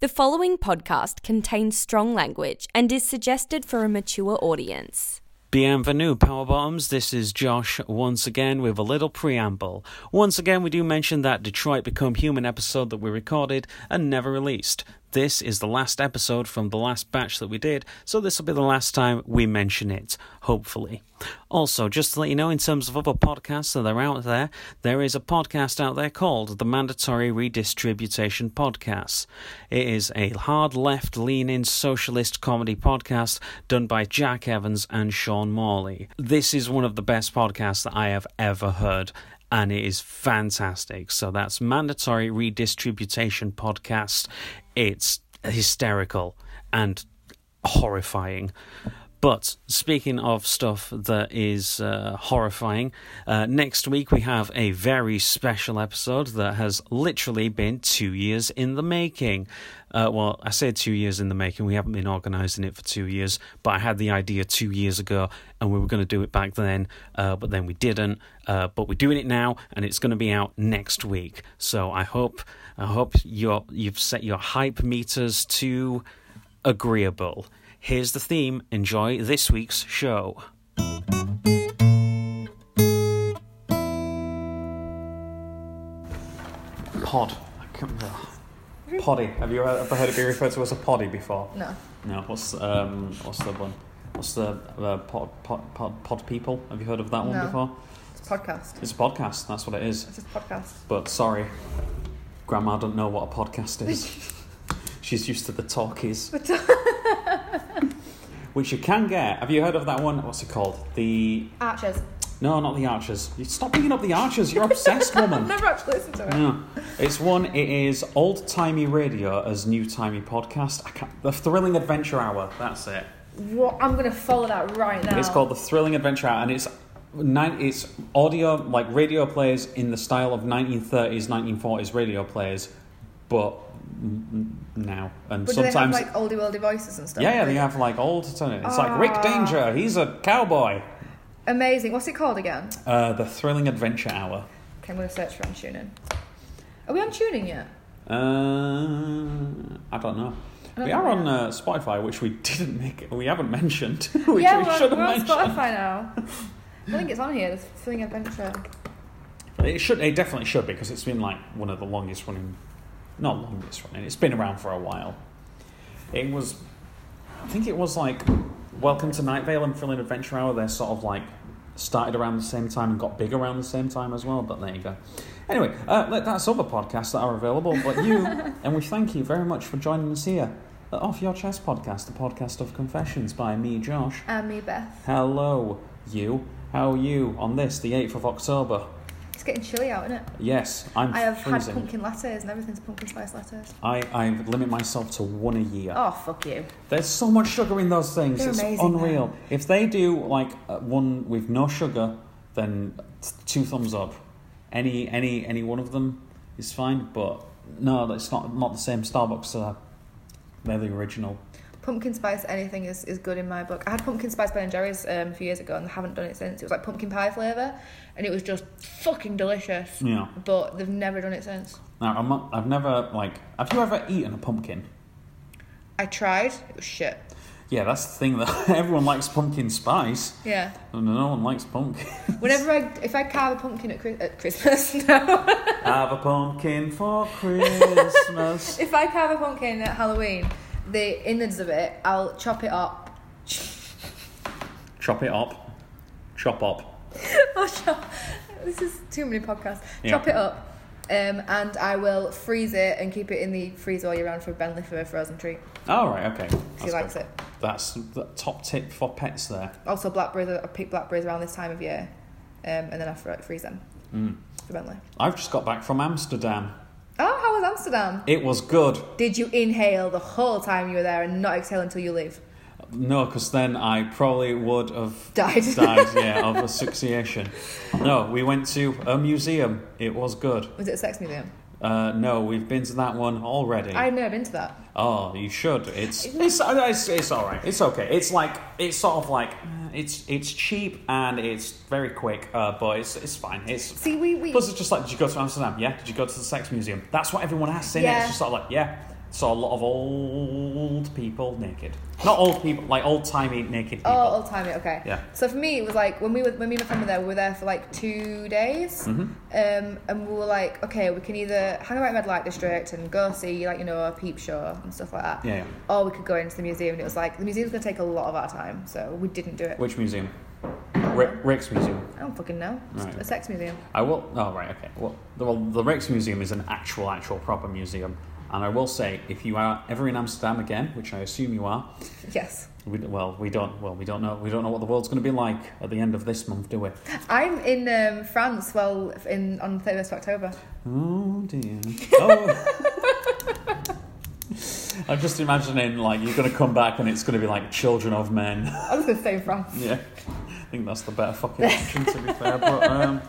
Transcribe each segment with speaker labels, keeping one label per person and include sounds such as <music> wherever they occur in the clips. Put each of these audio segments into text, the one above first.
Speaker 1: The following podcast contains strong language and is suggested for a mature audience.
Speaker 2: Bienvenue, Power Bottoms. This is Josh once again with a little preamble. Once again, we do mention that Detroit Become Human episode that we recorded and never released. This is the last episode from the last batch that we did, so this will be the last time we mention it, hopefully. Also, just to let you know, in terms of other podcasts that are out there, there is a podcast out there called the Mandatory Redistribution Podcast. It is a hard left lean in socialist comedy podcast done by Jack Evans and Sean Morley. This is one of the best podcasts that I have ever heard and it is fantastic. So that's mandatory redistribution podcast. It's hysterical and horrifying. But speaking of stuff that is uh, horrifying, uh, next week we have a very special episode that has literally been two years in the making. Uh, well, I say two years in the making, we haven't been organising it for two years, but I had the idea two years ago and we were going to do it back then, uh, but then we didn't. Uh, but we're doing it now and it's going to be out next week. So I hope, I hope you're, you've set your hype meters to agreeable. Here's the theme. Enjoy this week's show. Pod. I can't remember. Poddy. Have you ever heard it be referred to as a poddy before?
Speaker 3: No.
Speaker 2: No. What's um? What's the one? What's the uh, pod, pod pod pod people? Have you heard of that one
Speaker 3: No.
Speaker 2: before?
Speaker 3: It's a podcast.
Speaker 2: It's a podcast. That's what it is.
Speaker 3: It's just podcast.
Speaker 2: But sorry, Grandma don't know what a podcast is. She's used to the talkies,
Speaker 3: But
Speaker 2: <laughs> which you can get. Have you heard of that one? What's it called? The
Speaker 3: Archers.
Speaker 2: no, not the Archers. You stop bringing up the Archers. You're obsessed,
Speaker 3: I've
Speaker 2: woman.
Speaker 3: <laughs> never actually listened to it.
Speaker 2: No, it's one. It is old timey radio as new timey podcast. I can't, the Thrilling Adventure Hour. That's it.
Speaker 3: What? I'm gonna follow that right now.
Speaker 2: It's called the Thrilling Adventure Hour, and it's nine, it's audio like radio plays in the style of 1930s, 1940s radio plays, but n- n- now and
Speaker 3: But
Speaker 2: sometimes.
Speaker 3: do they have like oldie worldie voices and stuff?
Speaker 2: yeah, yeah, they have like old. It's like Rick
Speaker 3: Ah.
Speaker 2: Danger. He's a cowboy.
Speaker 3: Amazing. What's it called again?
Speaker 2: Uh, the Thrilling Adventure Hour.
Speaker 3: Okay, I'm gonna search for on tuning. Are we on tuning yet?
Speaker 2: Uh, I don't know.
Speaker 3: don't
Speaker 2: we
Speaker 3: know
Speaker 2: are on
Speaker 3: yet.
Speaker 2: uh, Spotify, which we didn't make. We haven't mentioned. <laughs> which <laughs>
Speaker 3: yeah,
Speaker 2: we
Speaker 3: we're, on-
Speaker 2: should have
Speaker 3: we're on
Speaker 2: mentioned.
Speaker 3: Spotify now. I think it's on here. This thing adventure.
Speaker 2: It should. It definitely should be because it's been like one of the longest running, not longest running. It's been around for a while. It was, I think it was like Welcome to Night Vale and Thrilling Adventure Hour. They're sort of like started around the same time and got big around the same time as well. But there you go. Anyway, uh, let- that's other podcasts that are available. But you and we thank you very much for joining us here. at Off Your Chest podcast, the podcast of confessions by me, Josh.
Speaker 3: And me, Beth.
Speaker 2: Hello, you. How are you on this, the 8th of October?
Speaker 3: It's getting chilly out, isn't it?
Speaker 2: Yes, I'm
Speaker 3: I have
Speaker 2: freezing.
Speaker 3: had pumpkin lattes and everything's pumpkin spice lattes.
Speaker 2: I, I limit myself to one a year.
Speaker 3: Oh fuck you.
Speaker 2: There's so much sugar in those things.
Speaker 3: They're
Speaker 2: it's
Speaker 3: amazing,
Speaker 2: unreal.
Speaker 3: though.
Speaker 2: If they do like uh, one with no sugar, then t- two thumbs up. Any any any one of them is fine, but no, that's not not the same Starbucks. Uh, they're the original.
Speaker 3: Pumpkin spice anything is, is good in my book. I had pumpkin spice Ben and Jerry's um, a few years ago and I haven't done it since. It was like pumpkin pie flavour and it was just fucking delicious.
Speaker 2: Yeah.
Speaker 3: But they've never done it since.
Speaker 2: Now I'm not, I've never like. Have you ever eaten a pumpkin?
Speaker 3: I tried, it was shit.
Speaker 2: Yeah, that's the thing that <laughs> everyone likes pumpkin spice,
Speaker 3: Yeah.
Speaker 2: and no one likes pumpkin. <laughs>
Speaker 3: Whenever I, if I carve a pumpkin at, Chri- at Christmas, <laughs> no.
Speaker 2: Have a pumpkin for Christmas.
Speaker 3: if I carve a pumpkin at Halloween, the innards of it, I'll chop it up.
Speaker 2: <laughs>
Speaker 3: <laughs>
Speaker 2: Chop it up. Chop up.
Speaker 3: I'll chop, this is too many podcasts.
Speaker 2: Yeah.
Speaker 3: Chop it up. Um, and I will freeze it and keep it in the freezer all year round for Ben Lee for a frozen treat.
Speaker 2: All Oh, right, okay.
Speaker 3: She
Speaker 2: That's
Speaker 3: likes
Speaker 2: good.
Speaker 3: it.
Speaker 2: That's the top tip for pets there.
Speaker 3: Also, blackberries. I pick blackberries around this time of year, um, and then I fr- freeze them
Speaker 2: Mm.
Speaker 3: for Bentley.
Speaker 2: I've just got back from Amsterdam.
Speaker 3: Oh, how was Amsterdam?
Speaker 2: It was good.
Speaker 3: Did you inhale the whole time you were there and not exhale until you leave?
Speaker 2: No, because then I probably would have
Speaker 3: <laughs> Died.
Speaker 2: died, yeah,
Speaker 3: <laughs>
Speaker 2: of asphyxiation. No, we went to a museum. It was good.
Speaker 3: Was it a sex museum?
Speaker 2: Uh, no, we've been to that one already.
Speaker 3: I've never been to that.
Speaker 2: Oh, you should. It's it's it's, it's all right. It's okay. It's like it's sort of like uh, it's it's cheap and it's very quick, uh, but it's it's fine. It's
Speaker 3: See, we we
Speaker 2: plus it's just like did you go to Amsterdam? Yeah. Did you go to the sex museum? That's what everyone asks. In it,
Speaker 3: Yeah.
Speaker 2: it's just sort of like yeah. saw a lot of old people naked. Not old people, like old timey naked people.
Speaker 3: Oh, old timey. Okay.
Speaker 2: Yeah.
Speaker 3: So for me, it was like when we were when me and my friend were there, we were there for like two days,
Speaker 2: Mm-hmm.
Speaker 3: um, and we were like, okay, we can either hang out in Red Light District and go see like you know a peep show and stuff like that.
Speaker 2: Yeah, yeah.
Speaker 3: Or we could go into the museum, and it was like the museum's gonna take a lot of our time, so we didn't do it.
Speaker 2: Which museum? Ri- Rick's Museum.
Speaker 3: I don't fucking know. It's
Speaker 2: Right.
Speaker 3: a sex museum.
Speaker 2: I will. Oh, right, okay. Well, the, well, the Rijks Museum is an actual, actual proper museum. And I will say, if you are ever in Amsterdam again, which I assume you are,
Speaker 3: Yes.
Speaker 2: we, well, we don't. Well, we don't know. We don't know what the world's going to be like at the end of this month, do we?
Speaker 3: I'm in um, France. Well, in on the 31st of October.
Speaker 2: Oh dear. Oh. <laughs> I'm just imagining like you're going to come back and it's going to be like Children of Men.
Speaker 3: I was gonna say France.
Speaker 2: yeah, I think that's the better
Speaker 3: <laughs>
Speaker 2: fucking option to be fair. But um,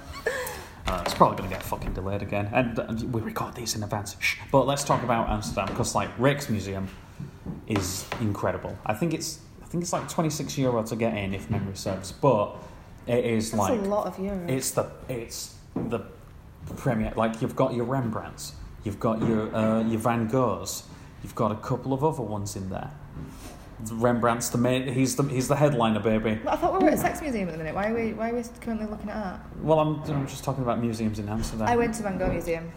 Speaker 2: uh, it's probably going to get fucking delayed again. And, and we record these in advance. Shh. But let's talk about Amsterdam because like Rijksmuseum is incredible. I think it's I think it's like 26 euro to get in if memory serves, but it is
Speaker 3: That's
Speaker 2: like
Speaker 3: a lot of Europe.
Speaker 2: it's the it's the premier. Like you've got your Rembrandts, you've got your uh, your Van Goghs, you've got a couple of other ones in there. Rembrandt's the main. He's the he's the headliner, baby.
Speaker 3: But I thought we were at a sex museum at the minute. Why are we? Why are we currently looking at art?
Speaker 2: Well, I'm, I'm just talking about museums in Amsterdam.
Speaker 3: I went to Van Gogh Museum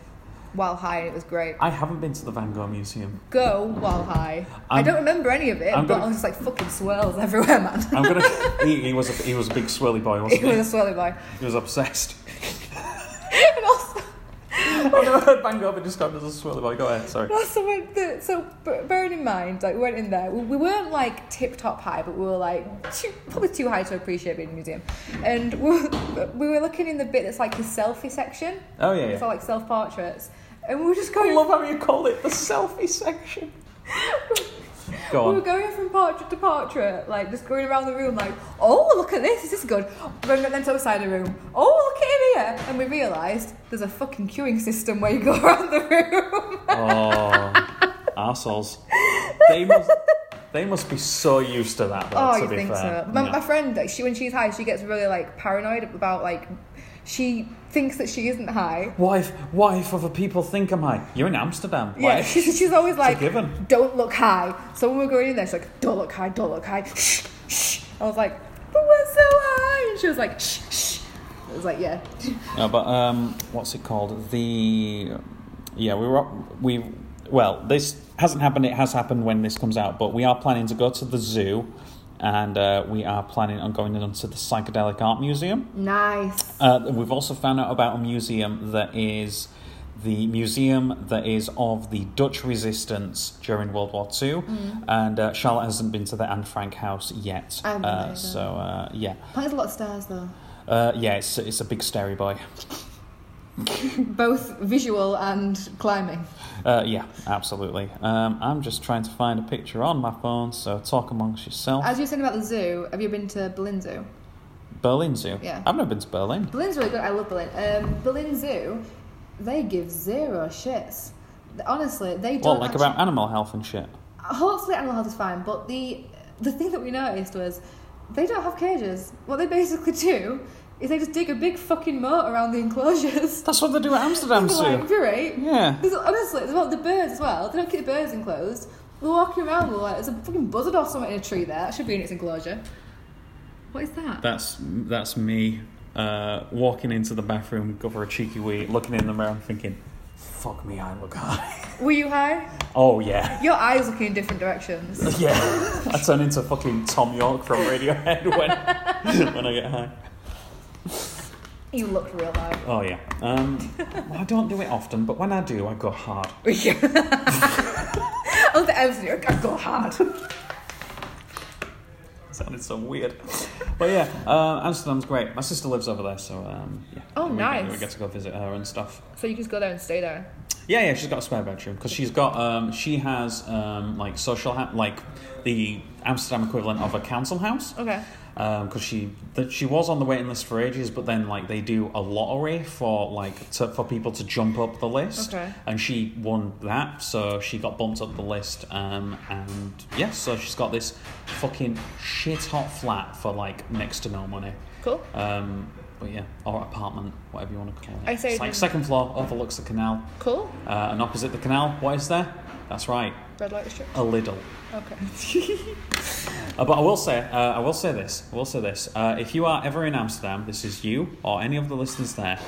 Speaker 3: while high and it was great.
Speaker 2: I haven't been to the Van Gogh Museum.
Speaker 3: Go while high. I'm, I
Speaker 2: I'm-
Speaker 3: do not remember any of it,
Speaker 2: I'm
Speaker 3: but
Speaker 2: gonna-
Speaker 3: I was just like fucking swirls everywhere, man.
Speaker 2: I'm gonna. he, he was a, he was a big swirly boy, wasn't
Speaker 3: <laughs> it
Speaker 2: he?
Speaker 3: was a swirly boy.
Speaker 2: He was obsessed.
Speaker 3: <laughs>
Speaker 2: <laughs>
Speaker 3: And also,
Speaker 2: I've never heard Van Gogh be described as a swirly boy. Go ahead. Sorry.
Speaker 3: and also when the, so b- bearing in mind, like we went in there, we, we weren't like tip top high, but we were like too, probably too high to appreciate being in a museum. And we were, <laughs> we were looking in the bit that's like the selfie section,
Speaker 2: Oh yeah. yeah.
Speaker 3: <laughs> so like self portraits, and we were just going.
Speaker 2: I love how you call it the selfie section. Go
Speaker 3: We were
Speaker 2: on.
Speaker 3: going from portrait to portrait, like just going around the room, like, oh, look at this, is this good? Then then to the side of the room, oh, look at him here. And we realised there's a fucking queuing system where you go <laughs> around the room.
Speaker 2: Oh, assholes. They must. They must be so used to that. Though,
Speaker 3: oh,
Speaker 2: to
Speaker 3: you
Speaker 2: be
Speaker 3: think
Speaker 2: fair.
Speaker 3: so? My,
Speaker 2: Yeah.
Speaker 3: my friend, like, she when she's high, she gets really like paranoid about like, she thinks that she isn't high.
Speaker 2: Why? If, why if other people think I'm high? You're in Amsterdam.
Speaker 3: Yeah,
Speaker 2: Why?
Speaker 3: she's, she's always like,
Speaker 2: given.
Speaker 3: don't look high. So when we were going in there, she's like, don't look high, don't look high. Shh, shh. I was like, but we're so high. And she was like, shh, shh. I was like, yeah.
Speaker 2: No, but um, what's it called? The yeah, we were up- we well, this hasn't happened. It has happened when this comes out, but we are planning to go to the zoo, and uh, we are planning on going into the psychedelic art museum.
Speaker 3: Nice.
Speaker 2: Uh, we've also found out about a museum that is the museum that is of the Dutch resistance during World War II. And uh, Charlotte hasn't been to the Anne Frank house yet.
Speaker 3: Mm. I haven't
Speaker 2: Uh,
Speaker 3: either.
Speaker 2: so, uh, yeah.
Speaker 3: Planet has a lot of stars though.
Speaker 2: Uh, yeah, it's, it's a big starey boy.
Speaker 3: Both visual and climbing.
Speaker 2: Uh, yeah, absolutely. Um, I'm just trying to find a picture on my phone, so talk amongst yourself.
Speaker 3: As you were saying about the zoo, have you been to Berlin Zoo?
Speaker 2: Berlin Zoo.
Speaker 3: Yeah.
Speaker 2: I've never been to Berlin.
Speaker 3: Berlin's really good. I love Berlin. Um, Berlin Zoo, they give zero shits. Honestly, they don't.
Speaker 2: Well, like
Speaker 3: actually-
Speaker 2: about animal health and shit.
Speaker 3: Hopefully, animal health is fine. But the the thing that we noticed was they don't have cages. What they basically do is they just dig a big fucking moat around the enclosures. <laughs>
Speaker 2: That's what they do at Amsterdam
Speaker 3: like,
Speaker 2: Zoo.
Speaker 3: you're right.
Speaker 2: Yeah.
Speaker 3: There's, honestly, there's about the birds as well. They don't keep the birds enclosed. We're walking around, we're like, there's a fucking buzzard or something in a tree there. That should be in its enclosure. What is that?
Speaker 2: That's that's me uh, walking into the bathroom, go for a cheeky wee, looking in the mirror, and thinking, "Fuck me, I look high."
Speaker 3: Were you high?
Speaker 2: <laughs> Oh yeah, <laughs>
Speaker 3: Your eyes looking in different directions.
Speaker 2: yeah. I turn into fucking Tom York from Radiohead <laughs> when <laughs> when I get high.
Speaker 3: You looked real high.
Speaker 2: Oh yeah. Um, I don't do it often, but when I do, I go hard.
Speaker 3: <laughs> I was at Everton, you're like, I go hard.
Speaker 2: <laughs> sounded so weird. But yeah, uh, Amsterdam's great. My sister lives over there, so um, yeah.
Speaker 3: Oh,
Speaker 2: we,
Speaker 3: nice.
Speaker 2: We get to go visit her and stuff.
Speaker 3: So you just go there and stay there.
Speaker 2: Yeah, yeah, she's got a spare bedroom because she's got um, she has um, like social ha- like the Amsterdam equivalent of a council house.
Speaker 3: Okay.
Speaker 2: Because Um, she that she was on the waiting list for ages, but then like they do a lottery for like to, for people to jump up the list,
Speaker 3: Okay.
Speaker 2: and she won that, so she got bumped up the list. Um, and yeah, so she's got this fucking shit hot flat for like next to no money.
Speaker 3: Cool.
Speaker 2: Um, but yeah, or apartment, whatever you want to call it.
Speaker 3: I say
Speaker 2: it's like
Speaker 3: the-
Speaker 2: second floor, overlooks the canal.
Speaker 3: Cool.
Speaker 2: Uh, and opposite the canal, what is there? That's right,
Speaker 3: Red light district.
Speaker 2: a little.
Speaker 3: Okay. <laughs>
Speaker 2: Uh, but I will say, uh, I will say this. I will say this. Uh, if you are ever in Amsterdam, this is you or any of the listeners there.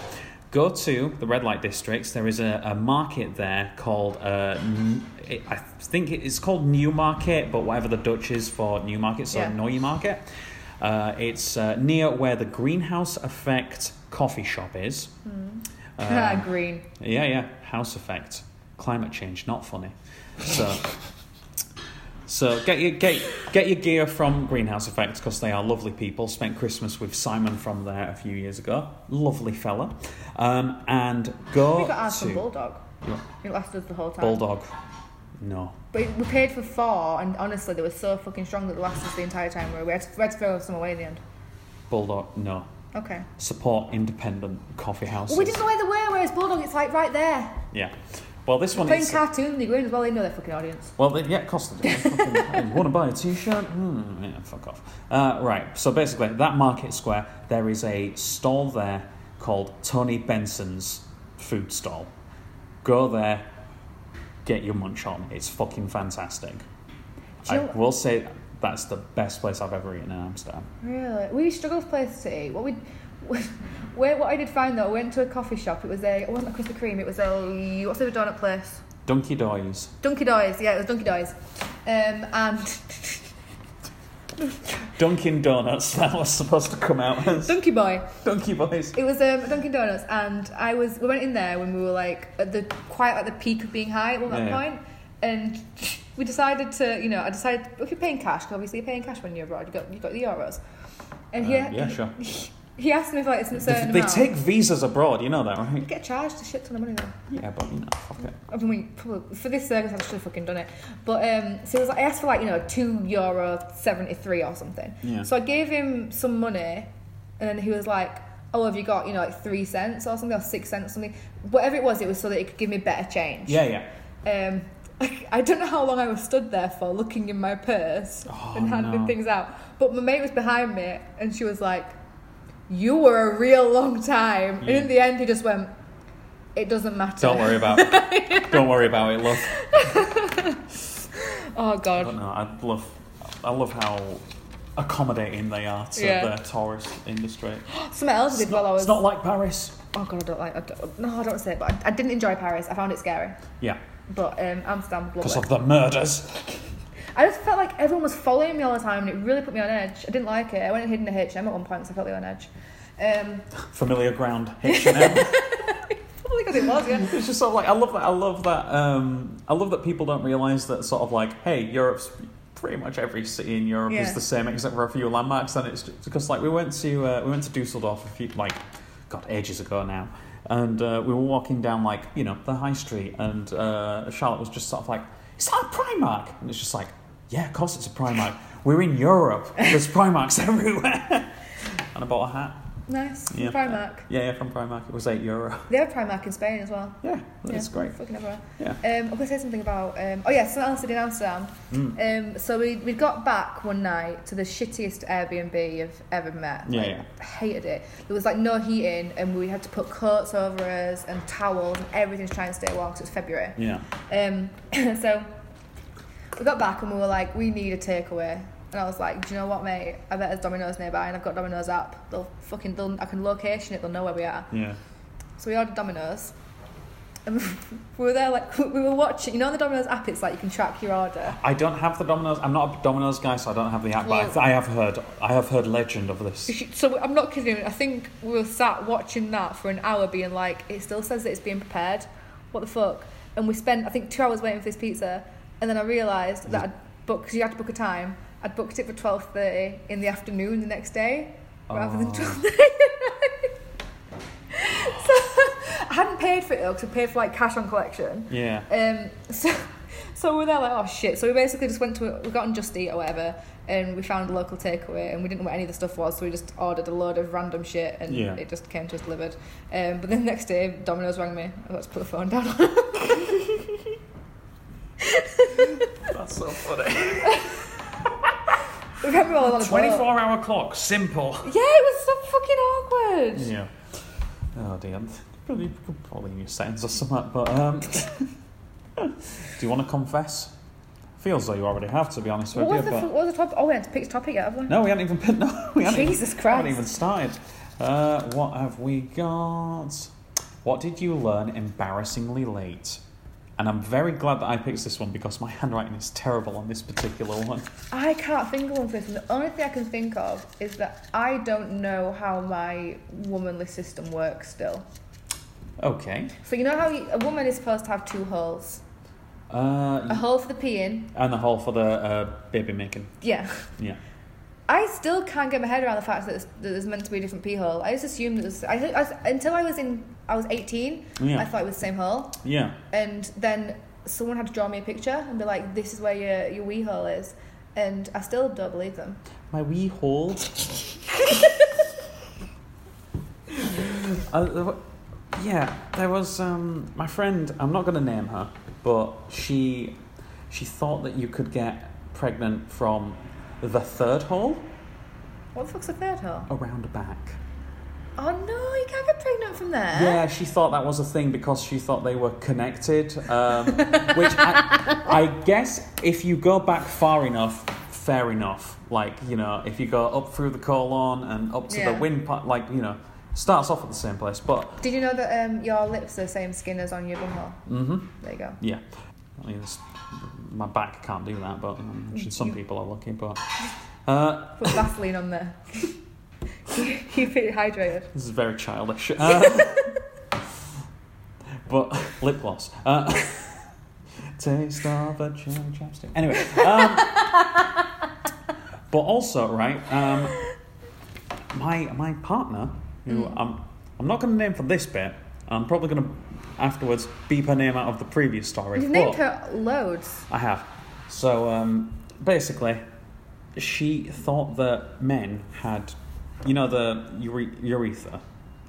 Speaker 2: Go to the red light districts. There is a, a market there called, uh, N- it- I think it- it's called New Market, but whatever the Dutch is for New Market, so
Speaker 3: Yeah.
Speaker 2: Neue Market. Uh, it's uh, near where the Greenhouse Effect coffee shop is. Um,
Speaker 3: ah, green.
Speaker 2: yeah, yeah. House effect. Climate change, not funny. So, so get your get get your gear from Greenhouse Effect because they are lovely people. Spent Christmas with Simon from there a few years ago. Lovely fella. Um, and go
Speaker 3: We got ours from
Speaker 2: to
Speaker 3: Bulldog.
Speaker 2: Yeah.
Speaker 3: It lasted the whole time.
Speaker 2: Bulldog. No.
Speaker 3: But we paid for four, and honestly, they were so fucking strong that they lasted us the entire time. We had to, we had to throw some away in the end.
Speaker 2: Bulldog. No.
Speaker 3: Okay.
Speaker 2: Support independent coffee houses.
Speaker 3: Well, we didn't know where they were, whereas Bulldog, it's like right there.
Speaker 2: yeah. Well, this one
Speaker 3: Playing
Speaker 2: is.
Speaker 3: cartoon, they go in as well, they know their fucking audience.
Speaker 2: Well, they, yeah, cost them. <laughs> Want to buy a T-shirt? Hmm, yeah, fuck off. Uh, right. So basically, that market square, there is a stall there called Tony Benson's food stall. Go there, get your munch on. It's fucking fantastic.
Speaker 3: Do
Speaker 2: I
Speaker 3: you know-
Speaker 2: will say that's the best place I've ever eaten in Amsterdam.
Speaker 3: Really? We struggled with places to eat. What we, <laughs> where what I did find though, I went to a coffee shop. It was a it wasn't a Krispy Kreme. It was a what's the other donut place?
Speaker 2: Donkey Doy's.
Speaker 3: Dunky Doys. Yeah, it was Dunky Doys. Um, and <laughs>
Speaker 2: Dunkin' Donuts. <laughs> That was supposed to come out <laughs> as
Speaker 3: Donkey Boy.
Speaker 2: Donkey Boys.
Speaker 3: It was um, Dunkin' Donuts, and I was. We went in there when we were like at the quite at the peak of being high at one
Speaker 2: Yeah.
Speaker 3: point, and <laughs> we decided to. You know, I decided if you're paying cash, 'cause obviously you're paying cash when you're abroad. You got you got the euros, and he
Speaker 2: Uh, yeah, sure.
Speaker 3: he asked me if like it's a
Speaker 2: They,
Speaker 3: certain
Speaker 2: they
Speaker 3: amount.
Speaker 2: take visas abroad. You know that, right?
Speaker 3: You get charged a shit ton of money though.
Speaker 2: Yeah, but you know, fuck it.
Speaker 3: I mean, we probably, for this service, I should have fucking done it. But um, so it was like, I asked for like you know two euro seventy three or something.
Speaker 2: Yeah.
Speaker 3: So I gave him some money, and then he was like, "Oh, have you got you know like three cents or something or six cents something, whatever it was, it was so that he could give me better change."
Speaker 2: Yeah, yeah.
Speaker 3: Um, I, I don't know how long I was stood there for, looking in my purse
Speaker 2: Oh,
Speaker 3: and handing
Speaker 2: no.
Speaker 3: things out. But my mate was behind me, and she was like, "You were a real long time." And in the end, he just went, "It doesn't matter."
Speaker 2: Don't worry
Speaker 3: <laughs>
Speaker 2: about it. Don't worry about it, love.
Speaker 3: Oh
Speaker 2: I
Speaker 3: god.
Speaker 2: don't know. I love, I love how accommodating they are to
Speaker 3: Yeah.
Speaker 2: the tourist industry.
Speaker 3: Something else I
Speaker 2: It's
Speaker 3: <gasps> did while I
Speaker 2: not,
Speaker 3: was.
Speaker 2: it's not like Paris.
Speaker 3: oh god, I don't like. I don't, no, I don't want to say it, but I, I didn't enjoy Paris. I found it scary.
Speaker 2: Yeah,
Speaker 3: But um, Amsterdam,
Speaker 2: because
Speaker 3: lovely.
Speaker 2: of the murders.
Speaker 3: I just felt like everyone was following me all the time, and it really put me on edge. I didn't like it. I went and hid in the H&M at one point because I felt they were on edge. Um,
Speaker 2: Familiar ground. H&M.
Speaker 3: probably because it was. Yeah.
Speaker 2: it's just sort of like I love that. I love that. Um, I love that people don't realize that sort of like, hey, Europe's pretty much every city in Europe
Speaker 3: Yeah.
Speaker 2: is the same except for a few landmarks. And it's just, because like we went to uh, we went to Dusseldorf a few like, God, ages ago now, and uh, we were walking down like you know the high street, and uh, Charlotte was just sort of like, is that a Primark? And it's just like, yeah, of course it's a Primark. We're in Europe. There's Primarks <laughs> everywhere. and I bought a hat.
Speaker 3: Nice.
Speaker 2: Yeah.
Speaker 3: Primark.
Speaker 2: Yeah, yeah, from Primark. It was eight euro.
Speaker 3: They have Primark in Spain as well.
Speaker 2: Yeah, it's great.
Speaker 3: Fucking everywhere.
Speaker 2: Yeah.
Speaker 3: Um, I'm going to say something about. Um, oh, yeah, something else I did in Amsterdam.
Speaker 2: Hmm.
Speaker 3: Um, so we, we got back one night to the shittiest Airbnb I've ever met.
Speaker 2: Yeah,
Speaker 3: Like,
Speaker 2: yeah.
Speaker 3: I hated it. There was like no heating, and we had to put coats over us and towels and everything to try and stay warm because it's February.
Speaker 2: Yeah.
Speaker 3: Um, <coughs> so we got back and we were like, we need a takeaway. And I was like, do you know what, mate? I bet there's Domino's nearby, and I've got Domino's app. They'll fucking, they'll, I can location it. They'll know where we are.
Speaker 2: Yeah.
Speaker 3: So we ordered Domino's. And we <laughs> were there, like, <laughs> we were watching. You know, on the Domino's app, it's like you can track your order.
Speaker 2: I don't have the Domino's. I'm not a Domino's guy, so I don't have the app. But
Speaker 3: Well-
Speaker 2: I, I have heard. I have heard legend of this.
Speaker 3: <laughs> So I'm not kidding. I think we were sat watching that for an hour, being like, it still says that it's being prepared. What the fuck? And we spent, I think, two hours waiting for this pizza. And then I realised that I'd booked, because you had to book a time, I'd booked it for 12.30 in the afternoon the next day, rather <laughs> than
Speaker 2: Oh.
Speaker 3: 12.30 <laughs> So <laughs> I hadn't paid for it though, because I paid for like cash on collection.
Speaker 2: Yeah.
Speaker 3: Um, <laughs> so, so we were there like, oh shit. So we basically just went to, we got on Just Eat or whatever, and we found a local takeaway, and we didn't know what any of the stuff was, so we just ordered a load of random shit, and
Speaker 2: Yeah.
Speaker 3: it just came to us delivered. Um, but then the next day, Domino's rang me. I got to put the phone down. <laughs>
Speaker 2: That's so funny.
Speaker 3: we remember all on the boat.
Speaker 2: Twenty-four hour clock. Simple.
Speaker 3: Yeah, it was so fucking awkward.
Speaker 2: Yeah. <laughs> Oh dear. Probably, probably new sentence or something. But um, Do you want to confess? Feels though you already have, to be honest
Speaker 3: What
Speaker 2: with
Speaker 3: was,
Speaker 2: you.
Speaker 3: the,
Speaker 2: but
Speaker 3: what was the topic? Oh, we had to pick a topic out, haven't we?
Speaker 2: no, we haven't even. Been, <laughs> no, we haven't,
Speaker 3: Jesus
Speaker 2: even, haven't
Speaker 3: Christ.
Speaker 2: even started. Uh, what have we got? What did you learn embarrassingly late? And I'm very glad that I picked this one because my <laughs> handwriting is terrible on this particular one.
Speaker 3: I can't think of one for this. And the only thing I can think of is that I don't know how my womanly system works still.
Speaker 2: Okay.
Speaker 3: So you know how you, a woman is supposed to have two holes? A
Speaker 2: Uh,
Speaker 3: hole for the pee in.
Speaker 2: and the whole for the uh, baby making.
Speaker 3: Yeah.
Speaker 2: Yeah.
Speaker 3: I still can't get my head around the fact that, it's, that there's meant to be a different pee hole. I just assumed it was. I, I, was- until I was in, I was 18.
Speaker 2: Oh, Yeah.
Speaker 3: I thought it was the same hole,
Speaker 2: Yeah.
Speaker 3: and then someone had to draw me a picture and be like, "This is where your your wee hole is," and I still don't believe them.
Speaker 2: My wee hole. Uh, there wa- yeah, there was um, my friend. I'm not going to name her, but she she thought that you could get pregnant from the third hole
Speaker 3: What the fuck's a third hole?
Speaker 2: around the back.
Speaker 3: Oh no, you can't get pregnant from there.
Speaker 2: Yeah, she thought that was a thing because she thought they were connected. Um, which I, I guess if you go back far enough, fair enough. Like you know, if you go up through the colon and up to the
Speaker 3: Yeah.
Speaker 2: windpipe, like you know, starts off at the same place. But
Speaker 3: Did you know that um, your lips are the same skin as on your bumhole?
Speaker 2: hmm
Speaker 3: There you go.
Speaker 2: yeah, I mean, it's, my back can't do that. But um, some people are lucky. But uh,
Speaker 3: Put Vaseline on there. <laughs> Keep it hydrated.
Speaker 2: this is very childish. Uh, but lip gloss. Uh, Taste of a cherry chapstick. Anyway, um, but also right, um, my my partner, who I'm I'm not going to name for this bit. I'm probably going to afterwards beep her name out of the previous story.
Speaker 3: You've named
Speaker 2: but-
Speaker 3: her loads.
Speaker 2: I have. So um, basically, she thought that men had, you know, the ure- urethra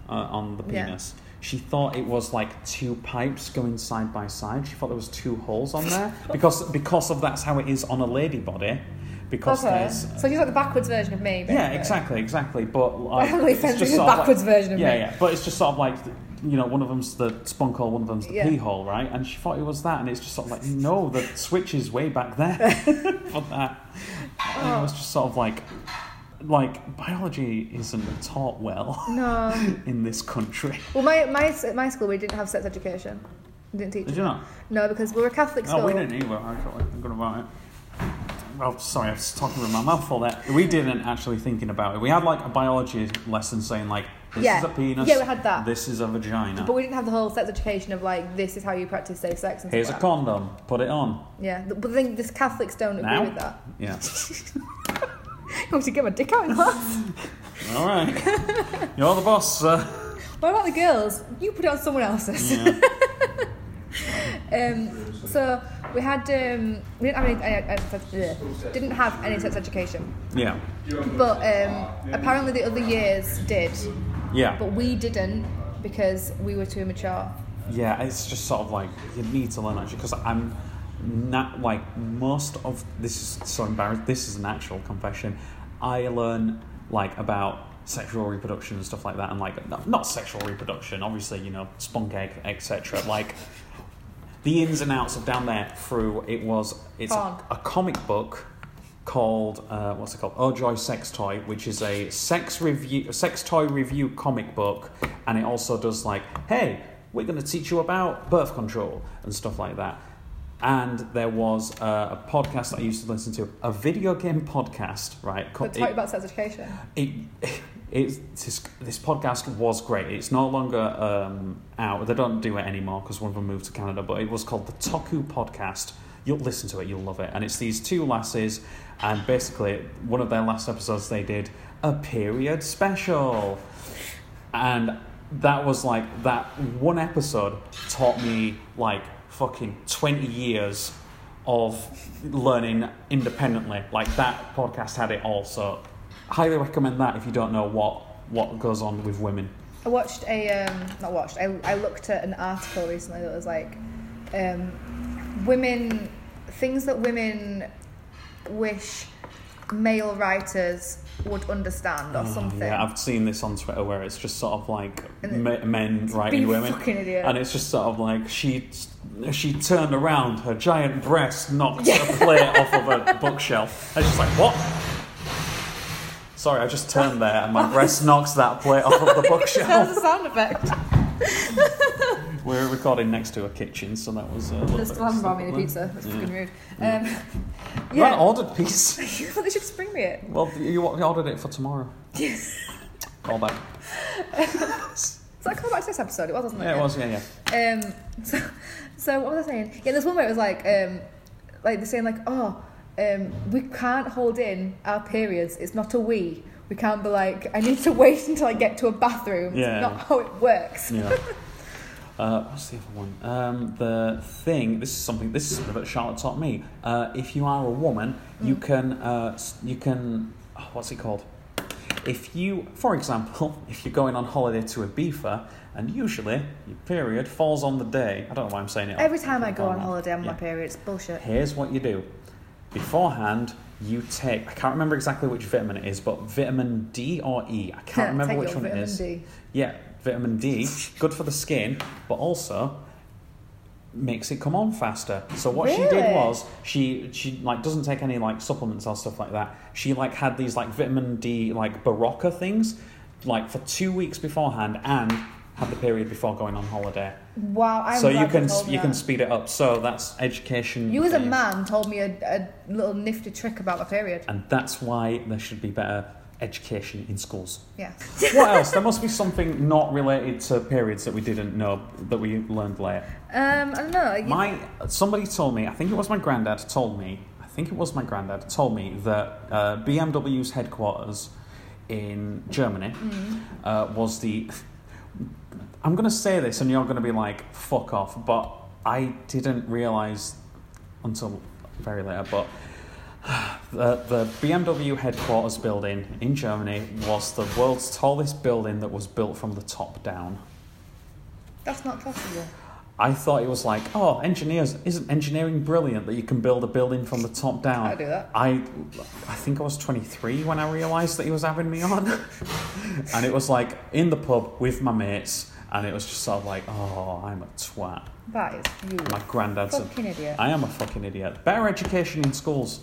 Speaker 2: uh, on the
Speaker 3: Yeah.
Speaker 2: penis. She thought it was like two pipes going side by side. She thought there was two holes on
Speaker 3: <laughs>
Speaker 2: there because because of that's how it is on a lady body. Because
Speaker 3: Okay.
Speaker 2: there's
Speaker 3: So she's like the backwards version of me.
Speaker 2: yeah,
Speaker 3: basically.
Speaker 2: exactly, exactly.
Speaker 3: <laughs>
Speaker 2: But like,
Speaker 3: Apparently
Speaker 2: it's
Speaker 3: Fenton's
Speaker 2: just
Speaker 3: a
Speaker 2: sort of
Speaker 3: backwards
Speaker 2: like-
Speaker 3: version of
Speaker 2: yeah,
Speaker 3: me.
Speaker 2: yeah. But it's just sort of like you know, one of them's the spunk hole, one of them's the
Speaker 3: Yeah.
Speaker 2: pee hole, right? And she thought it was that, and it's just sort of like no,
Speaker 3: <laughs>
Speaker 2: the switch is way back there <laughs> for that. And it was just sort of like, like biology isn't taught well <laughs>
Speaker 3: No.
Speaker 2: in this country. <laughs>
Speaker 3: Well, my, my, at my school, we didn't have sex education. We didn't teach
Speaker 2: Did
Speaker 3: it.
Speaker 2: you not?
Speaker 3: No, because we were a Catholic school.
Speaker 2: No, Oh, we didn't either. Actually, I'm gonna write it. Oh, sorry, I was talking with my mouth full there. We didn't actually thinking about it. We had like a biology lesson saying like, this
Speaker 3: Yeah.
Speaker 2: is a penis.
Speaker 3: Yeah, we had that.
Speaker 2: This is a vagina.
Speaker 3: But we didn't have the whole sex education of like, this is how you practice safe sex and
Speaker 2: Here's a
Speaker 3: stuff. like
Speaker 2: condom. Put it on.
Speaker 3: that. Yeah, but the thing, this Catholics don't agree
Speaker 2: Now?
Speaker 3: with that. <laughs>
Speaker 2: Yeah.
Speaker 3: I want to get my dick
Speaker 2: <laughs>
Speaker 3: out in class.
Speaker 2: All right. You're the boss, sir.
Speaker 3: what about the girls? You put it on someone else's.
Speaker 2: Yeah.
Speaker 3: <laughs> Um, so we had um, we didn't have any, any, any sex, bleh. didn't have any sex education,
Speaker 2: Yeah.
Speaker 3: but um, apparently the other years did,
Speaker 2: Yeah.
Speaker 3: but we didn't because we were too immature.
Speaker 2: Yeah. It's just sort of like you need to learn actually because I'm not like most of this is so embarrassing. This is an actual confession. I learn like about sexual reproduction and stuff like that, and like not, not sexual reproduction, obviously you know spunk egg etc. Like the ins and outs of down there through it was it's
Speaker 3: Porn.
Speaker 2: a, a comic book called uh, what's it called oh joy sex toy which is a sex review sex toy review comic book and it also does like hey we're going to teach you about birth control and stuff like that and there was uh, a podcast that i used to listen to a video game podcast right
Speaker 3: But
Speaker 2: it-
Speaker 3: talk about sex education.
Speaker 2: it, it's this, this podcast was great. It's no longer um, out. They don't do it anymore because one of them moved to Canada. But it was called the Toku Podcast. You'll listen to it. You'll love it. And it's these two lasses, and basically one of their last episodes they did a period special, and that was like that one episode taught me like fucking twenty years of learning independently. Like that podcast had it all. So highly recommend that if you don't know what what goes on with women.
Speaker 3: I watched a um, not watched. I, I looked at an article recently that was like, um, women things that women wish male writers would understand or something.
Speaker 2: Oh, Yeah, I've seen this on Twitter where it's just sort of like
Speaker 3: And it-
Speaker 2: me- men writing
Speaker 3: being
Speaker 2: women,
Speaker 3: fucking idiot.
Speaker 2: and it's just sort of like she as she turned around, her giant breast knocked
Speaker 3: <laughs>
Speaker 2: a plate off of a bookshelf. I was just like, what? Sorry, I just turned there and
Speaker 3: <laughs>
Speaker 2: my breast knocks that plate off of the
Speaker 3: <laughs> That's
Speaker 2: bookshelf.
Speaker 3: a sound effect.
Speaker 2: We're recording next to a kitchen, so that was a little
Speaker 3: Just
Speaker 2: bit.
Speaker 3: haven't brought me the pizza. That's fucking rude. Um,
Speaker 2: You hadn't
Speaker 3: <laughs> yeah.
Speaker 2: ordered pizza.
Speaker 3: Well, they should just bring me it.
Speaker 2: Well, you ordered it for
Speaker 3: <laughs>
Speaker 2: tomorrow. Call back.
Speaker 3: So that called back to this episode. It was, wasn't it?
Speaker 2: Yeah, it was, yeah, yeah.
Speaker 3: Um, so, so what was I saying? Yeah, there's one where it was like, um, like they're saying like, oh, um, we can't hold in our periods. It's not a we. We can't be like, I need to <laughs> wait until I get to a bathroom.
Speaker 2: Yeah.
Speaker 3: It's not how it works.
Speaker 2: Yeah. <laughs> Uh, what's the other one? Um, the thing. This is something. This is something that Charlotte taught me. Uh, if you are a woman, you
Speaker 3: Mm.
Speaker 2: can. Uh, s- you can. oh, What's it called? If you, for example, <laughs> if you're going on holiday to Ibiza, and usually your period falls on the day. I don't know why I'm saying it.
Speaker 3: Every time I go on
Speaker 2: Yeah.
Speaker 3: holiday, I'm on my period. It's bullshit.
Speaker 2: Here's what you do. Beforehand, you take. I can't remember exactly which vitamin it is, but vitamin D or E. I
Speaker 3: <laughs>
Speaker 2: can't remember
Speaker 3: <laughs> Take
Speaker 2: which
Speaker 3: your
Speaker 2: one it
Speaker 3: vitamin
Speaker 2: is.
Speaker 3: D.
Speaker 2: Yeah, vitamin D, good for the skin, but also makes it come on faster. So what she did
Speaker 3: Really?
Speaker 2: was she she like doesn't take any like supplements or stuff like that. She like had these like vitamin D like Barocca things like for two weeks beforehand and had the period before going on holiday.
Speaker 3: Wow. I'm
Speaker 2: so
Speaker 3: glad
Speaker 2: you can
Speaker 3: told me
Speaker 2: you
Speaker 3: that.
Speaker 2: can speed it up. So that's education.
Speaker 3: You as
Speaker 2: for
Speaker 3: a man told me a, a little nifty trick about my period.
Speaker 2: and that's why there should be better education in schools.
Speaker 3: Yeah.
Speaker 2: what else? There must be something not related to periods that we didn't know that we learned later.
Speaker 3: Um, I don't know. like,
Speaker 2: My somebody told me. I think it was my granddad told me. I think it was my granddad told me that uh, BMW's headquarters in Germany
Speaker 3: Mm.
Speaker 2: uh, was the. I'm gonna say this, and you're gonna be like, "Fuck off!" But I didn't realize until very later. But <sighs> the, the BMW headquarters building in Germany was the world's tallest building that was built from the top down.
Speaker 3: That's not possible.
Speaker 2: I thought it was like, oh, engineers, isn't engineering brilliant that you can build a building from the top down?
Speaker 3: I do that.
Speaker 2: I, I think I was 23 when I realised that he was having me on. <laughs> and it was like in the pub with my mates, and it was just sort of like, oh, I'm a twat.
Speaker 3: That is you.
Speaker 2: My granddad's a.
Speaker 3: Fucking idiot.
Speaker 2: I am a fucking idiot. Better education in schools.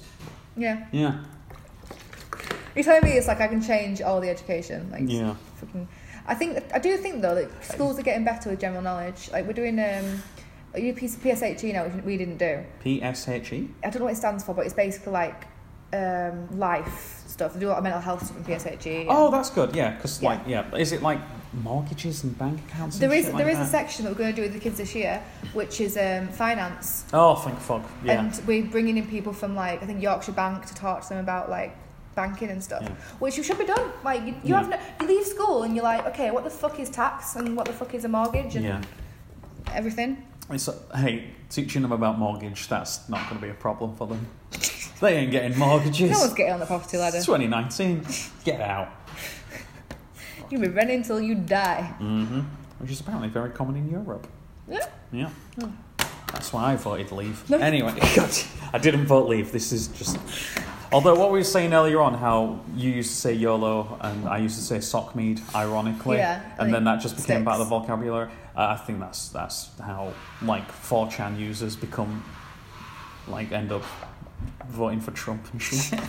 Speaker 3: Yeah.
Speaker 2: Yeah.
Speaker 3: You're telling me it's like I can change all the education. Like,
Speaker 2: Yeah.
Speaker 3: fucking. I think I do think though that schools are getting better with general knowledge. Like we're doing um, a new piece of PSHE E now, which we didn't do.
Speaker 2: PSHE?
Speaker 3: I don't know what it stands for, but it's basically like um, life stuff. They do a lot of mental health stuff in PSHE.
Speaker 2: Oh, that's good, yeah. Because,
Speaker 3: Yeah.
Speaker 2: like, yeah. Is it like mortgages and bank accounts and
Speaker 3: there is
Speaker 2: shit
Speaker 3: there is
Speaker 2: like that?
Speaker 3: a section that we're going to do with the kids this year, which is um, finance.
Speaker 2: Oh, thank fuck. Yeah.
Speaker 3: And we're bringing in people from like I think Yorkshire Bank to talk to them about like banking and stuff,
Speaker 2: Yeah.
Speaker 3: which you should be done. Like you, you
Speaker 2: Yeah.
Speaker 3: have no, you leave school and you're like, okay, what the fuck is tax and what the fuck is a mortgage and
Speaker 2: yeah.
Speaker 3: everything.
Speaker 2: It's uh, hey, teaching them about mortgage, that's not going to be a problem for them. They ain't getting mortgages.
Speaker 3: No one's getting on the property ladder.
Speaker 2: 2019. Get out.
Speaker 3: You'll be renting till you die.
Speaker 2: hmm Which is apparently very common in Europe.
Speaker 3: Yeah.
Speaker 2: Yeah. That's why I voted leave.
Speaker 3: Hmm. No. <laughs>
Speaker 2: Anyway, God, I didn't vote leave. This is just. Although what we were saying earlier on, how you used to say YOLO and I used to say sock mead, ironically,
Speaker 3: Yeah,
Speaker 2: and then
Speaker 3: like,
Speaker 2: that just became part of the
Speaker 3: sticks.
Speaker 2: vocabulary. Uh, I think that's that's how like 4chan users become like end up voting for Trump and shit.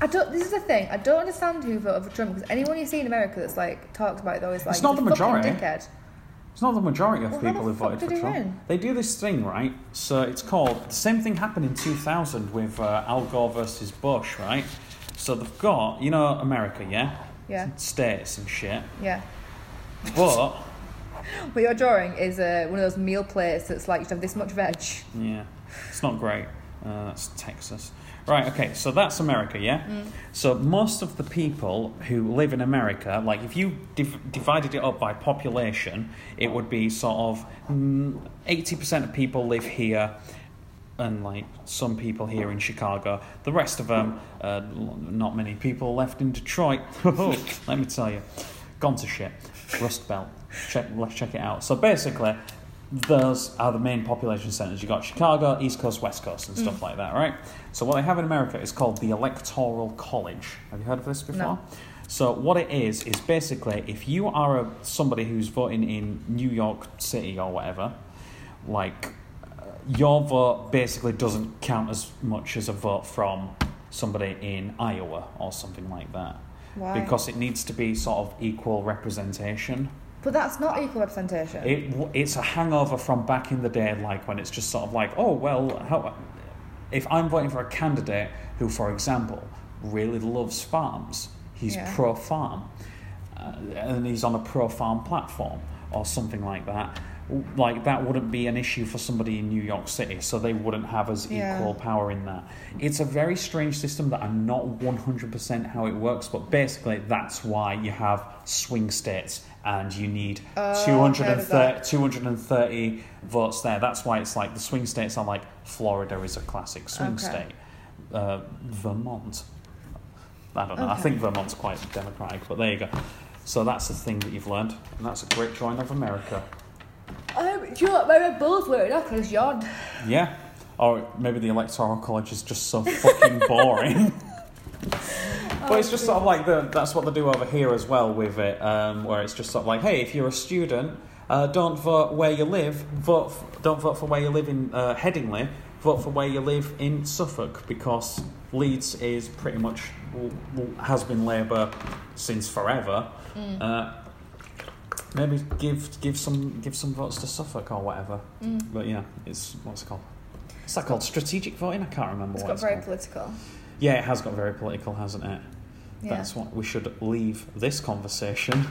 Speaker 3: I don't. This is the thing. I don't understand who voted for Trump because anyone you see in America that's like talked about it though is like
Speaker 2: not
Speaker 3: he's
Speaker 2: the
Speaker 3: a fucking
Speaker 2: majority.
Speaker 3: Dickhead.
Speaker 2: It's not the majority of
Speaker 3: Well, how
Speaker 2: people
Speaker 3: the
Speaker 2: who
Speaker 3: fuck
Speaker 2: voted
Speaker 3: did
Speaker 2: for
Speaker 3: he
Speaker 2: Trump.
Speaker 3: win?
Speaker 2: They do this thing, right? So it's called. The same thing happened in 2000 with uh, Al Gore versus Bush, right? So they've got, you know, America, yeah?
Speaker 3: Yeah.
Speaker 2: States and shit.
Speaker 3: Yeah.
Speaker 2: But,
Speaker 3: But your drawing is uh, one of those meal plates that's like you should have this much veg.
Speaker 2: yeah, it's not great. Uh, that's Texas. Right, okay, so that's America, yeah?
Speaker 3: Mm.
Speaker 2: So most of the people who live in America, like if you div- divided it up by population, it would be sort of mm, 80% of people live here, and like some people here in Chicago. The rest of them, uh, l- not many people left in Detroit. Let me tell you, gone to shit. Rust Belt. Check, let's check it out. So basically, those are the main population centres. You got Chicago, East Coast, West Coast, and stuff like that, right? So what they have in America is called the Electoral College. Have you heard of this before?
Speaker 3: No.
Speaker 2: So what it is is basically if you are a, somebody who's voting in New York City or whatever, like uh, your vote basically doesn't count as much as a vote from somebody in Iowa or something like that.
Speaker 3: Why?
Speaker 2: Because it needs to be sort of equal representation.
Speaker 3: But that's not equal representation.
Speaker 2: It w- it's a hangover from back in the day, like when it's just sort of like, oh well, how, if I'm voting for a candidate who, for example, really loves farms, he's
Speaker 3: Yeah.
Speaker 2: pro farm, uh, and he's on a pro farm platform or something like that. w- Like that wouldn't be an issue for somebody in New York City, so they wouldn't have as
Speaker 3: Yeah.
Speaker 2: equal power in that. It's a very strange system that I'm not 100% how it works, but basically that's why you have swing states and you need
Speaker 3: Oh, I've heard of
Speaker 2: 230,
Speaker 3: that.
Speaker 2: 230 votes there. That's why it's like the swing states are like Florida is a classic swing
Speaker 3: Okay.
Speaker 2: state. Uh, Vermont. I don't know. I
Speaker 3: Okay.
Speaker 2: think Vermont's quite democratic, but there you go. So that's the thing that you've learned, and that's a great drawing of America.
Speaker 3: Um, do you know what? My red bull's wearing off because
Speaker 2: Oh,
Speaker 3: yawned.
Speaker 2: Yeah. Or maybe the electoral college is just so fucking boring. but it's just sort of like the, that's what they do over here as well with it, um, where it's just sort of like, hey, if you're a student, uh, don't vote where you live. Vote f- don't vote for where you live in uh, Headingley. Vote for where you live in Suffolk because Leeds is pretty much l- l- has been Labour since forever.
Speaker 3: Mm.
Speaker 2: Uh, maybe give give some give some votes to Suffolk or whatever.
Speaker 3: Mm.
Speaker 2: But yeah, it's what's it called? What's that called? Strategic voting? I can't remember
Speaker 3: It's
Speaker 2: what
Speaker 3: got
Speaker 2: it's
Speaker 3: very
Speaker 2: called.
Speaker 3: political.
Speaker 2: yeah, it has got very political, hasn't it?
Speaker 3: Yeah.
Speaker 2: That's what we should leave this conversation,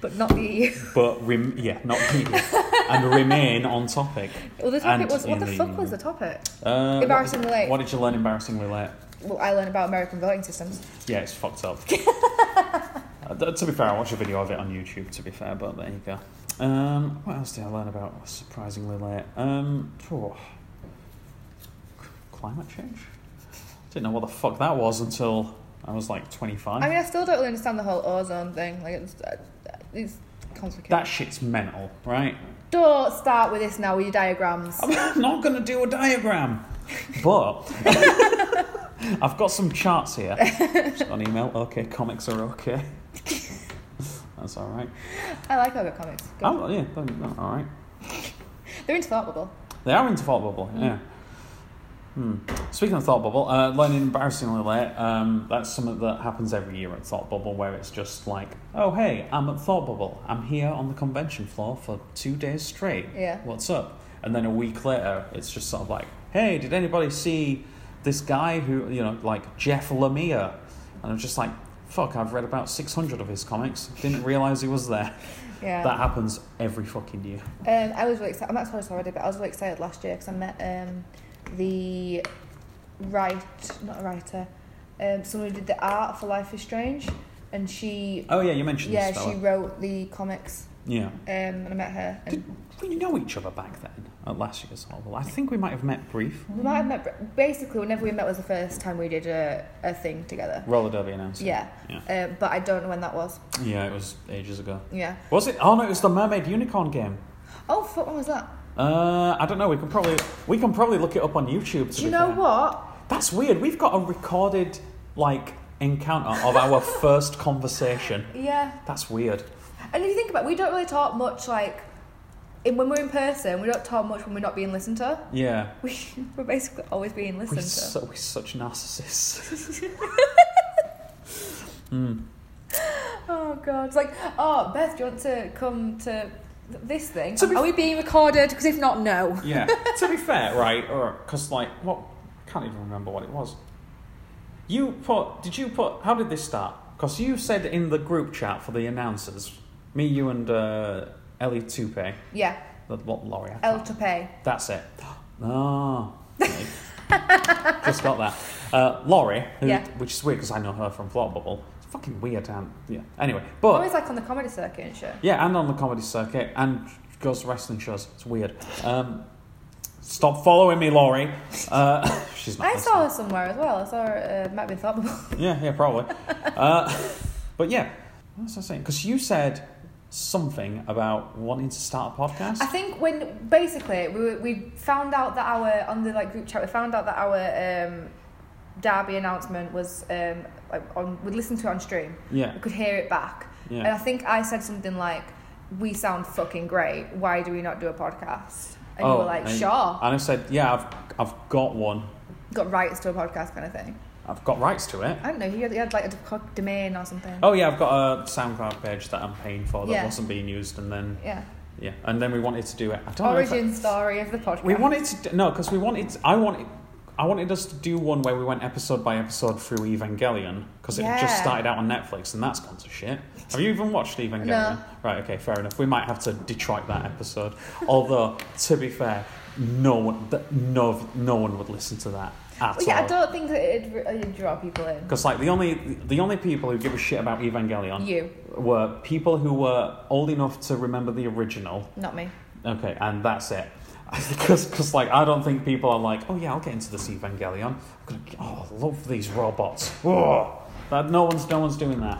Speaker 3: But not the <laughs> EU.
Speaker 2: but rem- yeah, not keep it. and remain on topic.
Speaker 3: Well, the
Speaker 2: And
Speaker 3: topic was what
Speaker 2: in
Speaker 3: the
Speaker 2: the
Speaker 3: fuck
Speaker 2: EU.
Speaker 3: was the topic?
Speaker 2: Uh,
Speaker 3: Embarrassing
Speaker 2: what,
Speaker 3: relate.
Speaker 2: What did you learn? Embarrassing relate.
Speaker 3: Well, I learned about American voting systems.
Speaker 2: Yeah, it's fucked
Speaker 3: <laughs>
Speaker 2: up. Uh, th- to be fair, I watched a video of it on YouTube. To be fair, but there you go. Um, what else did I learn about surprisingly late? Um, phew. C- climate change. Didn't know what the fuck that was until I was like twenty-five.
Speaker 3: I mean, I still don't really understand the whole ozone thing. Like, it's, uh, it's complicated.
Speaker 2: that shit's mental, right?
Speaker 3: don't start with this now with your diagrams.
Speaker 2: I'm not going to do a diagram. But <laughs> I've got some charts here Just on email. Okay, comics are okay. <laughs> That's all right.
Speaker 3: I like Ogo comics. Good.
Speaker 2: Oh, yeah, they're not all right.
Speaker 3: They're into thought bubble.
Speaker 2: They are into thought bubble.
Speaker 3: Mm.
Speaker 2: Yeah. Hmm. Speaking of thought bubble, uh, learning embarrassingly late. Um, that's something that happens every year at thought bubble, where it's just like, oh hey, I'm at thought bubble. I'm here on the convention floor for two days straight.
Speaker 3: Yeah.
Speaker 2: What's up? And then a week later, it's just sort of like, hey, did anybody see this guy who you know, like Jeff Lemire? And I'm just like, fuck, I've read about 600 of his comics. Didn't realize he was there.
Speaker 3: Yeah.
Speaker 2: That happens every fucking year.
Speaker 3: Um, I was really excited. I'm not sorry, sorry, but I was really excited last year because I met um, the right, not a writer, um, someone who did the art for Life is Strange, and she,
Speaker 2: Oh yeah, you mentioned
Speaker 3: yeah,
Speaker 2: this fella.
Speaker 3: she wrote the comics.
Speaker 2: Yeah.
Speaker 3: Um, and I met her. And
Speaker 2: Did we know each other back then at last year's Horrible? I think we might have met briefly.
Speaker 3: we might have met. Basically, whenever we met was the first time we did a, a thing together.
Speaker 2: Roller Derby announcement.
Speaker 3: Yeah.
Speaker 2: Yeah.
Speaker 3: Um, but I don't know when that was.
Speaker 2: Yeah, it was ages ago.
Speaker 3: Yeah.
Speaker 2: Was it? Oh no, it was the Mermaid Unicorn game.
Speaker 3: Oh fuck! When was that?
Speaker 2: Uh, I don't know. We can probably we can probably look it up on YouTube. To
Speaker 3: Do you
Speaker 2: be
Speaker 3: know
Speaker 2: fair.
Speaker 3: what?
Speaker 2: That's weird. We've got a recorded like encounter of
Speaker 3: <laughs>
Speaker 2: our first conversation.
Speaker 3: Yeah.
Speaker 2: That's weird.
Speaker 3: And if you think about it, we don't really talk much like in, when we're in person, we don't talk much when we're not being listened to. <laughs>
Speaker 2: Yeah.
Speaker 3: We, we're basically always being
Speaker 2: We're,
Speaker 3: listened to.
Speaker 2: so, we're such narcissists. mm.
Speaker 3: Oh god. It's like, oh Beth, do you want to come to th- this thing?
Speaker 2: To be-
Speaker 3: Are we being recorded? Because if not, no.
Speaker 2: yeah. to be fair, right? Or because like what? Can't even remember what it was. You put? Did you put? How did this start? Because you said in the group chat for the announcers, me, you, and uh, Ellie Toupe,
Speaker 3: Yeah.
Speaker 2: the what Laurie? I
Speaker 3: El
Speaker 2: can't-
Speaker 3: to pay.
Speaker 2: That's it. Ah. <laughs> okay. Just got that. Uh, Laurie, who,
Speaker 3: Yeah.
Speaker 2: which is weird because I know her from Plot Bubble. It's fucking weird, and yeah. Anyway, but
Speaker 3: Always like on the comedy circuit and shit.
Speaker 2: yeah, and on the comedy circuit, and goes to wrestling shows. It's weird. Um, stop following me, Laurie. Uh, <laughs> she's not.
Speaker 3: I saw her somewhere as well. I saw her, uh, might have been
Speaker 2: <laughs>
Speaker 3: thought bubble.
Speaker 2: listening. Yeah, yeah, probably. uh, but yeah, what was I saying? Because you said something about wanting to start a podcast.
Speaker 3: I think when basically we, were- we found out that our on the like group chat we found out that our um, derby announcement was um, like on we listened to it on stream
Speaker 2: yeah,
Speaker 3: we could hear it back and I
Speaker 2: yeah.
Speaker 3: think I said something like we sound fucking great why do we not do a podcast And you were like,
Speaker 2: Oh, and-
Speaker 3: sure.
Speaker 2: And I said, yeah, I've, I've got one.
Speaker 3: Got rights to a podcast kind of thing.
Speaker 2: I've got rights to it.
Speaker 3: I don't know. You had, you had like a d- domain or something.
Speaker 2: Oh yeah, I've got a SoundCloud page that I'm paying for that
Speaker 3: Yeah.
Speaker 2: wasn't being used, and then
Speaker 3: Yeah.
Speaker 2: yeah, and then we wanted to do it. I don't know Oh, if I-
Speaker 3: Origin story of the podcast.
Speaker 2: we wanted to do, no, because we wanted. I wanted. I wanted us to do one where we went episode by episode through Evangelion because it had just
Speaker 3: Yeah.
Speaker 2: started out on Netflix and that's gone to shit. Have you even watched Evangelion?
Speaker 3: No.
Speaker 2: Right, okay, fair enough. We might have to detract that episode. Although, to be fair, no one, th- no, no one would listen to that at
Speaker 3: Well, yeah, I
Speaker 2: all.
Speaker 3: don't think that it'd, re- it'd draw people in.
Speaker 2: Because like the only the only people who give a shit about Evangelion
Speaker 3: You,
Speaker 2: were people who were old enough to remember the original.
Speaker 3: not me.
Speaker 2: Okay, and that's it. <laughs> Because like I don't think people are like, oh yeah, I'll get into this Evangelion. I'm gonna, oh, I love these robots. Whoa. That no one's no one's doing that.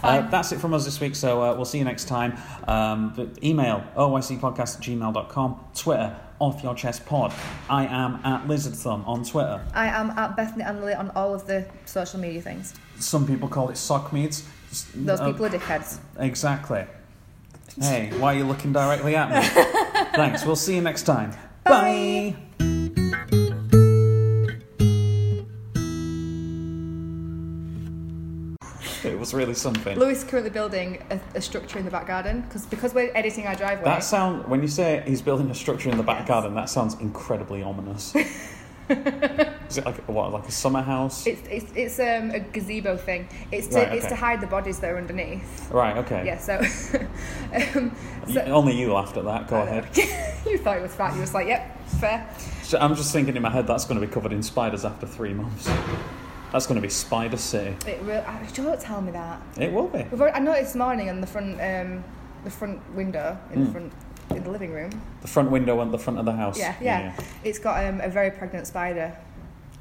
Speaker 2: Uh,
Speaker 3: Fine.
Speaker 2: that's it from us this week, so uh, we'll see you next time. Um, but email oycpodcast at gmail.com, Twitter, off your chest pod. I am at Lizardthumb on Twitter.
Speaker 3: I am at Bethany and Lily on all of the social media things.
Speaker 2: Some people call it sock meats. S-
Speaker 3: Those
Speaker 2: uh,
Speaker 3: people are dickheads.
Speaker 2: Exactly. Hey, why are you looking directly at me? Thanks. We'll see you next time.
Speaker 3: Bye.
Speaker 2: Bye. It was really something.
Speaker 3: Louis is currently building a, a structure in the back garden because because we're editing our driveway.
Speaker 2: That sound when you say he's building a structure in the back
Speaker 3: Yes.
Speaker 2: garden, that sounds incredibly ominous. Is it like a, what, like a summer house?
Speaker 3: it's it's, it's um, a gazebo thing. It's to
Speaker 2: Right,
Speaker 3: it's
Speaker 2: okay.
Speaker 3: to hide the bodies that are underneath.
Speaker 2: right. Okay.
Speaker 3: Yeah. So, <laughs> um,
Speaker 2: Y-
Speaker 3: so
Speaker 2: only you laughed at that. Go ahead.
Speaker 3: <laughs> you thought it was fat. You was like, yep, fair.
Speaker 2: So I'm just thinking in my head that's going to be covered in spiders after three months. That's going to be Spider City.
Speaker 3: It real. I- Don't tell me that.
Speaker 2: It will be.
Speaker 3: We've already, I noticed this morning on the front um, the front window in
Speaker 2: Hmm.
Speaker 3: the front in the living room.
Speaker 2: The front window and the front of the house.
Speaker 3: Yeah, yeah. It's got um, a very pregnant spider.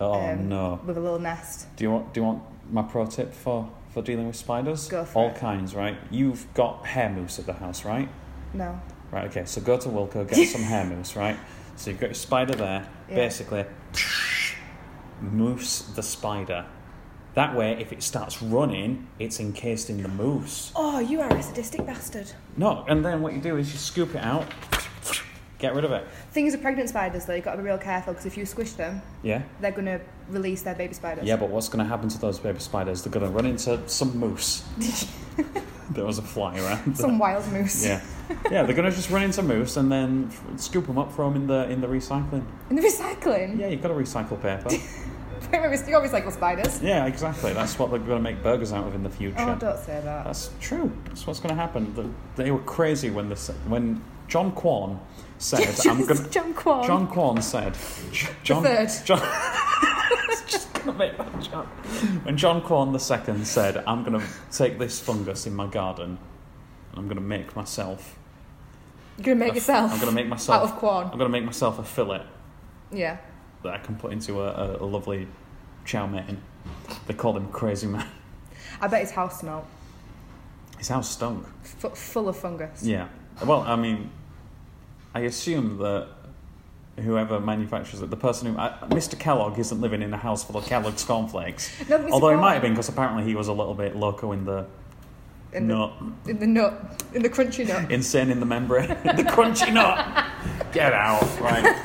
Speaker 2: Oh
Speaker 3: um,
Speaker 2: no.
Speaker 3: With a little nest.
Speaker 2: Do you want do you want my pro tip for for dealing with spiders?
Speaker 3: Go for
Speaker 2: All
Speaker 3: it.
Speaker 2: kinds, right? You've got hair mousse at the house, right?
Speaker 3: No.
Speaker 2: Right, okay. So go to Wilco,
Speaker 3: <laughs>
Speaker 2: get some hair mousse, right? So you've got your spider there.
Speaker 3: Yeah.
Speaker 2: Basically, mousse the spider. That way, if it starts running, it's encased in the mousse.
Speaker 3: Oh, you are a sadistic bastard.
Speaker 2: No, and then what you do is you scoop it out, get rid of it.
Speaker 3: Thing is, with pregnant spiders though, you've got to be real careful because if you squish them,
Speaker 2: Yeah?
Speaker 3: they're going to release their baby spiders.
Speaker 2: Yeah, but what's going to happen to those baby spiders? They're going to run into some moose. there was a fly
Speaker 3: <laughs>
Speaker 2: around.
Speaker 3: Some wild moose.
Speaker 2: Yeah, yeah, they're going to just run into moose and then f- scoop them up, throw them in the in the recycling.
Speaker 3: In the recycling.
Speaker 2: Yeah, you've got to recycle paper.
Speaker 3: <laughs> you always recycle spiders.
Speaker 2: yeah, exactly. That's what they're going to make burgers out of in the future.
Speaker 3: Oh, don't say that.
Speaker 2: That's true. That's what's going to happen. The- They were crazy when this when John Quan said, "I'm going." to
Speaker 3: John Quan.
Speaker 2: John Quan said, J- John,
Speaker 3: third.
Speaker 2: John, <laughs> It's just gonna make that joke. When John Quan the second said, I'm going to take this fungus in my garden and I'm going to make myself.
Speaker 3: You're going to
Speaker 2: a-
Speaker 3: make yourself.
Speaker 2: I'm going to make myself.
Speaker 3: Out of Quan.
Speaker 2: I'm going to make myself a fillet
Speaker 3: Yeah.
Speaker 2: that I can put into a, a, a lovely chow mein. They called him Crazy Man.
Speaker 3: I bet his house smelled
Speaker 2: His house stunk.
Speaker 3: f- full of fungus.
Speaker 2: Yeah. Well, I mean, I assume that whoever manufactures it, the person who. I, Mr. Kellogg isn't living in a house full of Kellogg's cornflakes.
Speaker 3: <laughs> No, but Mr.
Speaker 2: Although he
Speaker 3: Quan-
Speaker 2: might have been, because apparently he was a little bit loco in the.
Speaker 3: In the-
Speaker 2: nut.
Speaker 3: In
Speaker 2: <laughs>
Speaker 3: the nut. In the crunchy nut. <laughs>
Speaker 2: Insane in the membrane. the crunchy nut! Get out, right.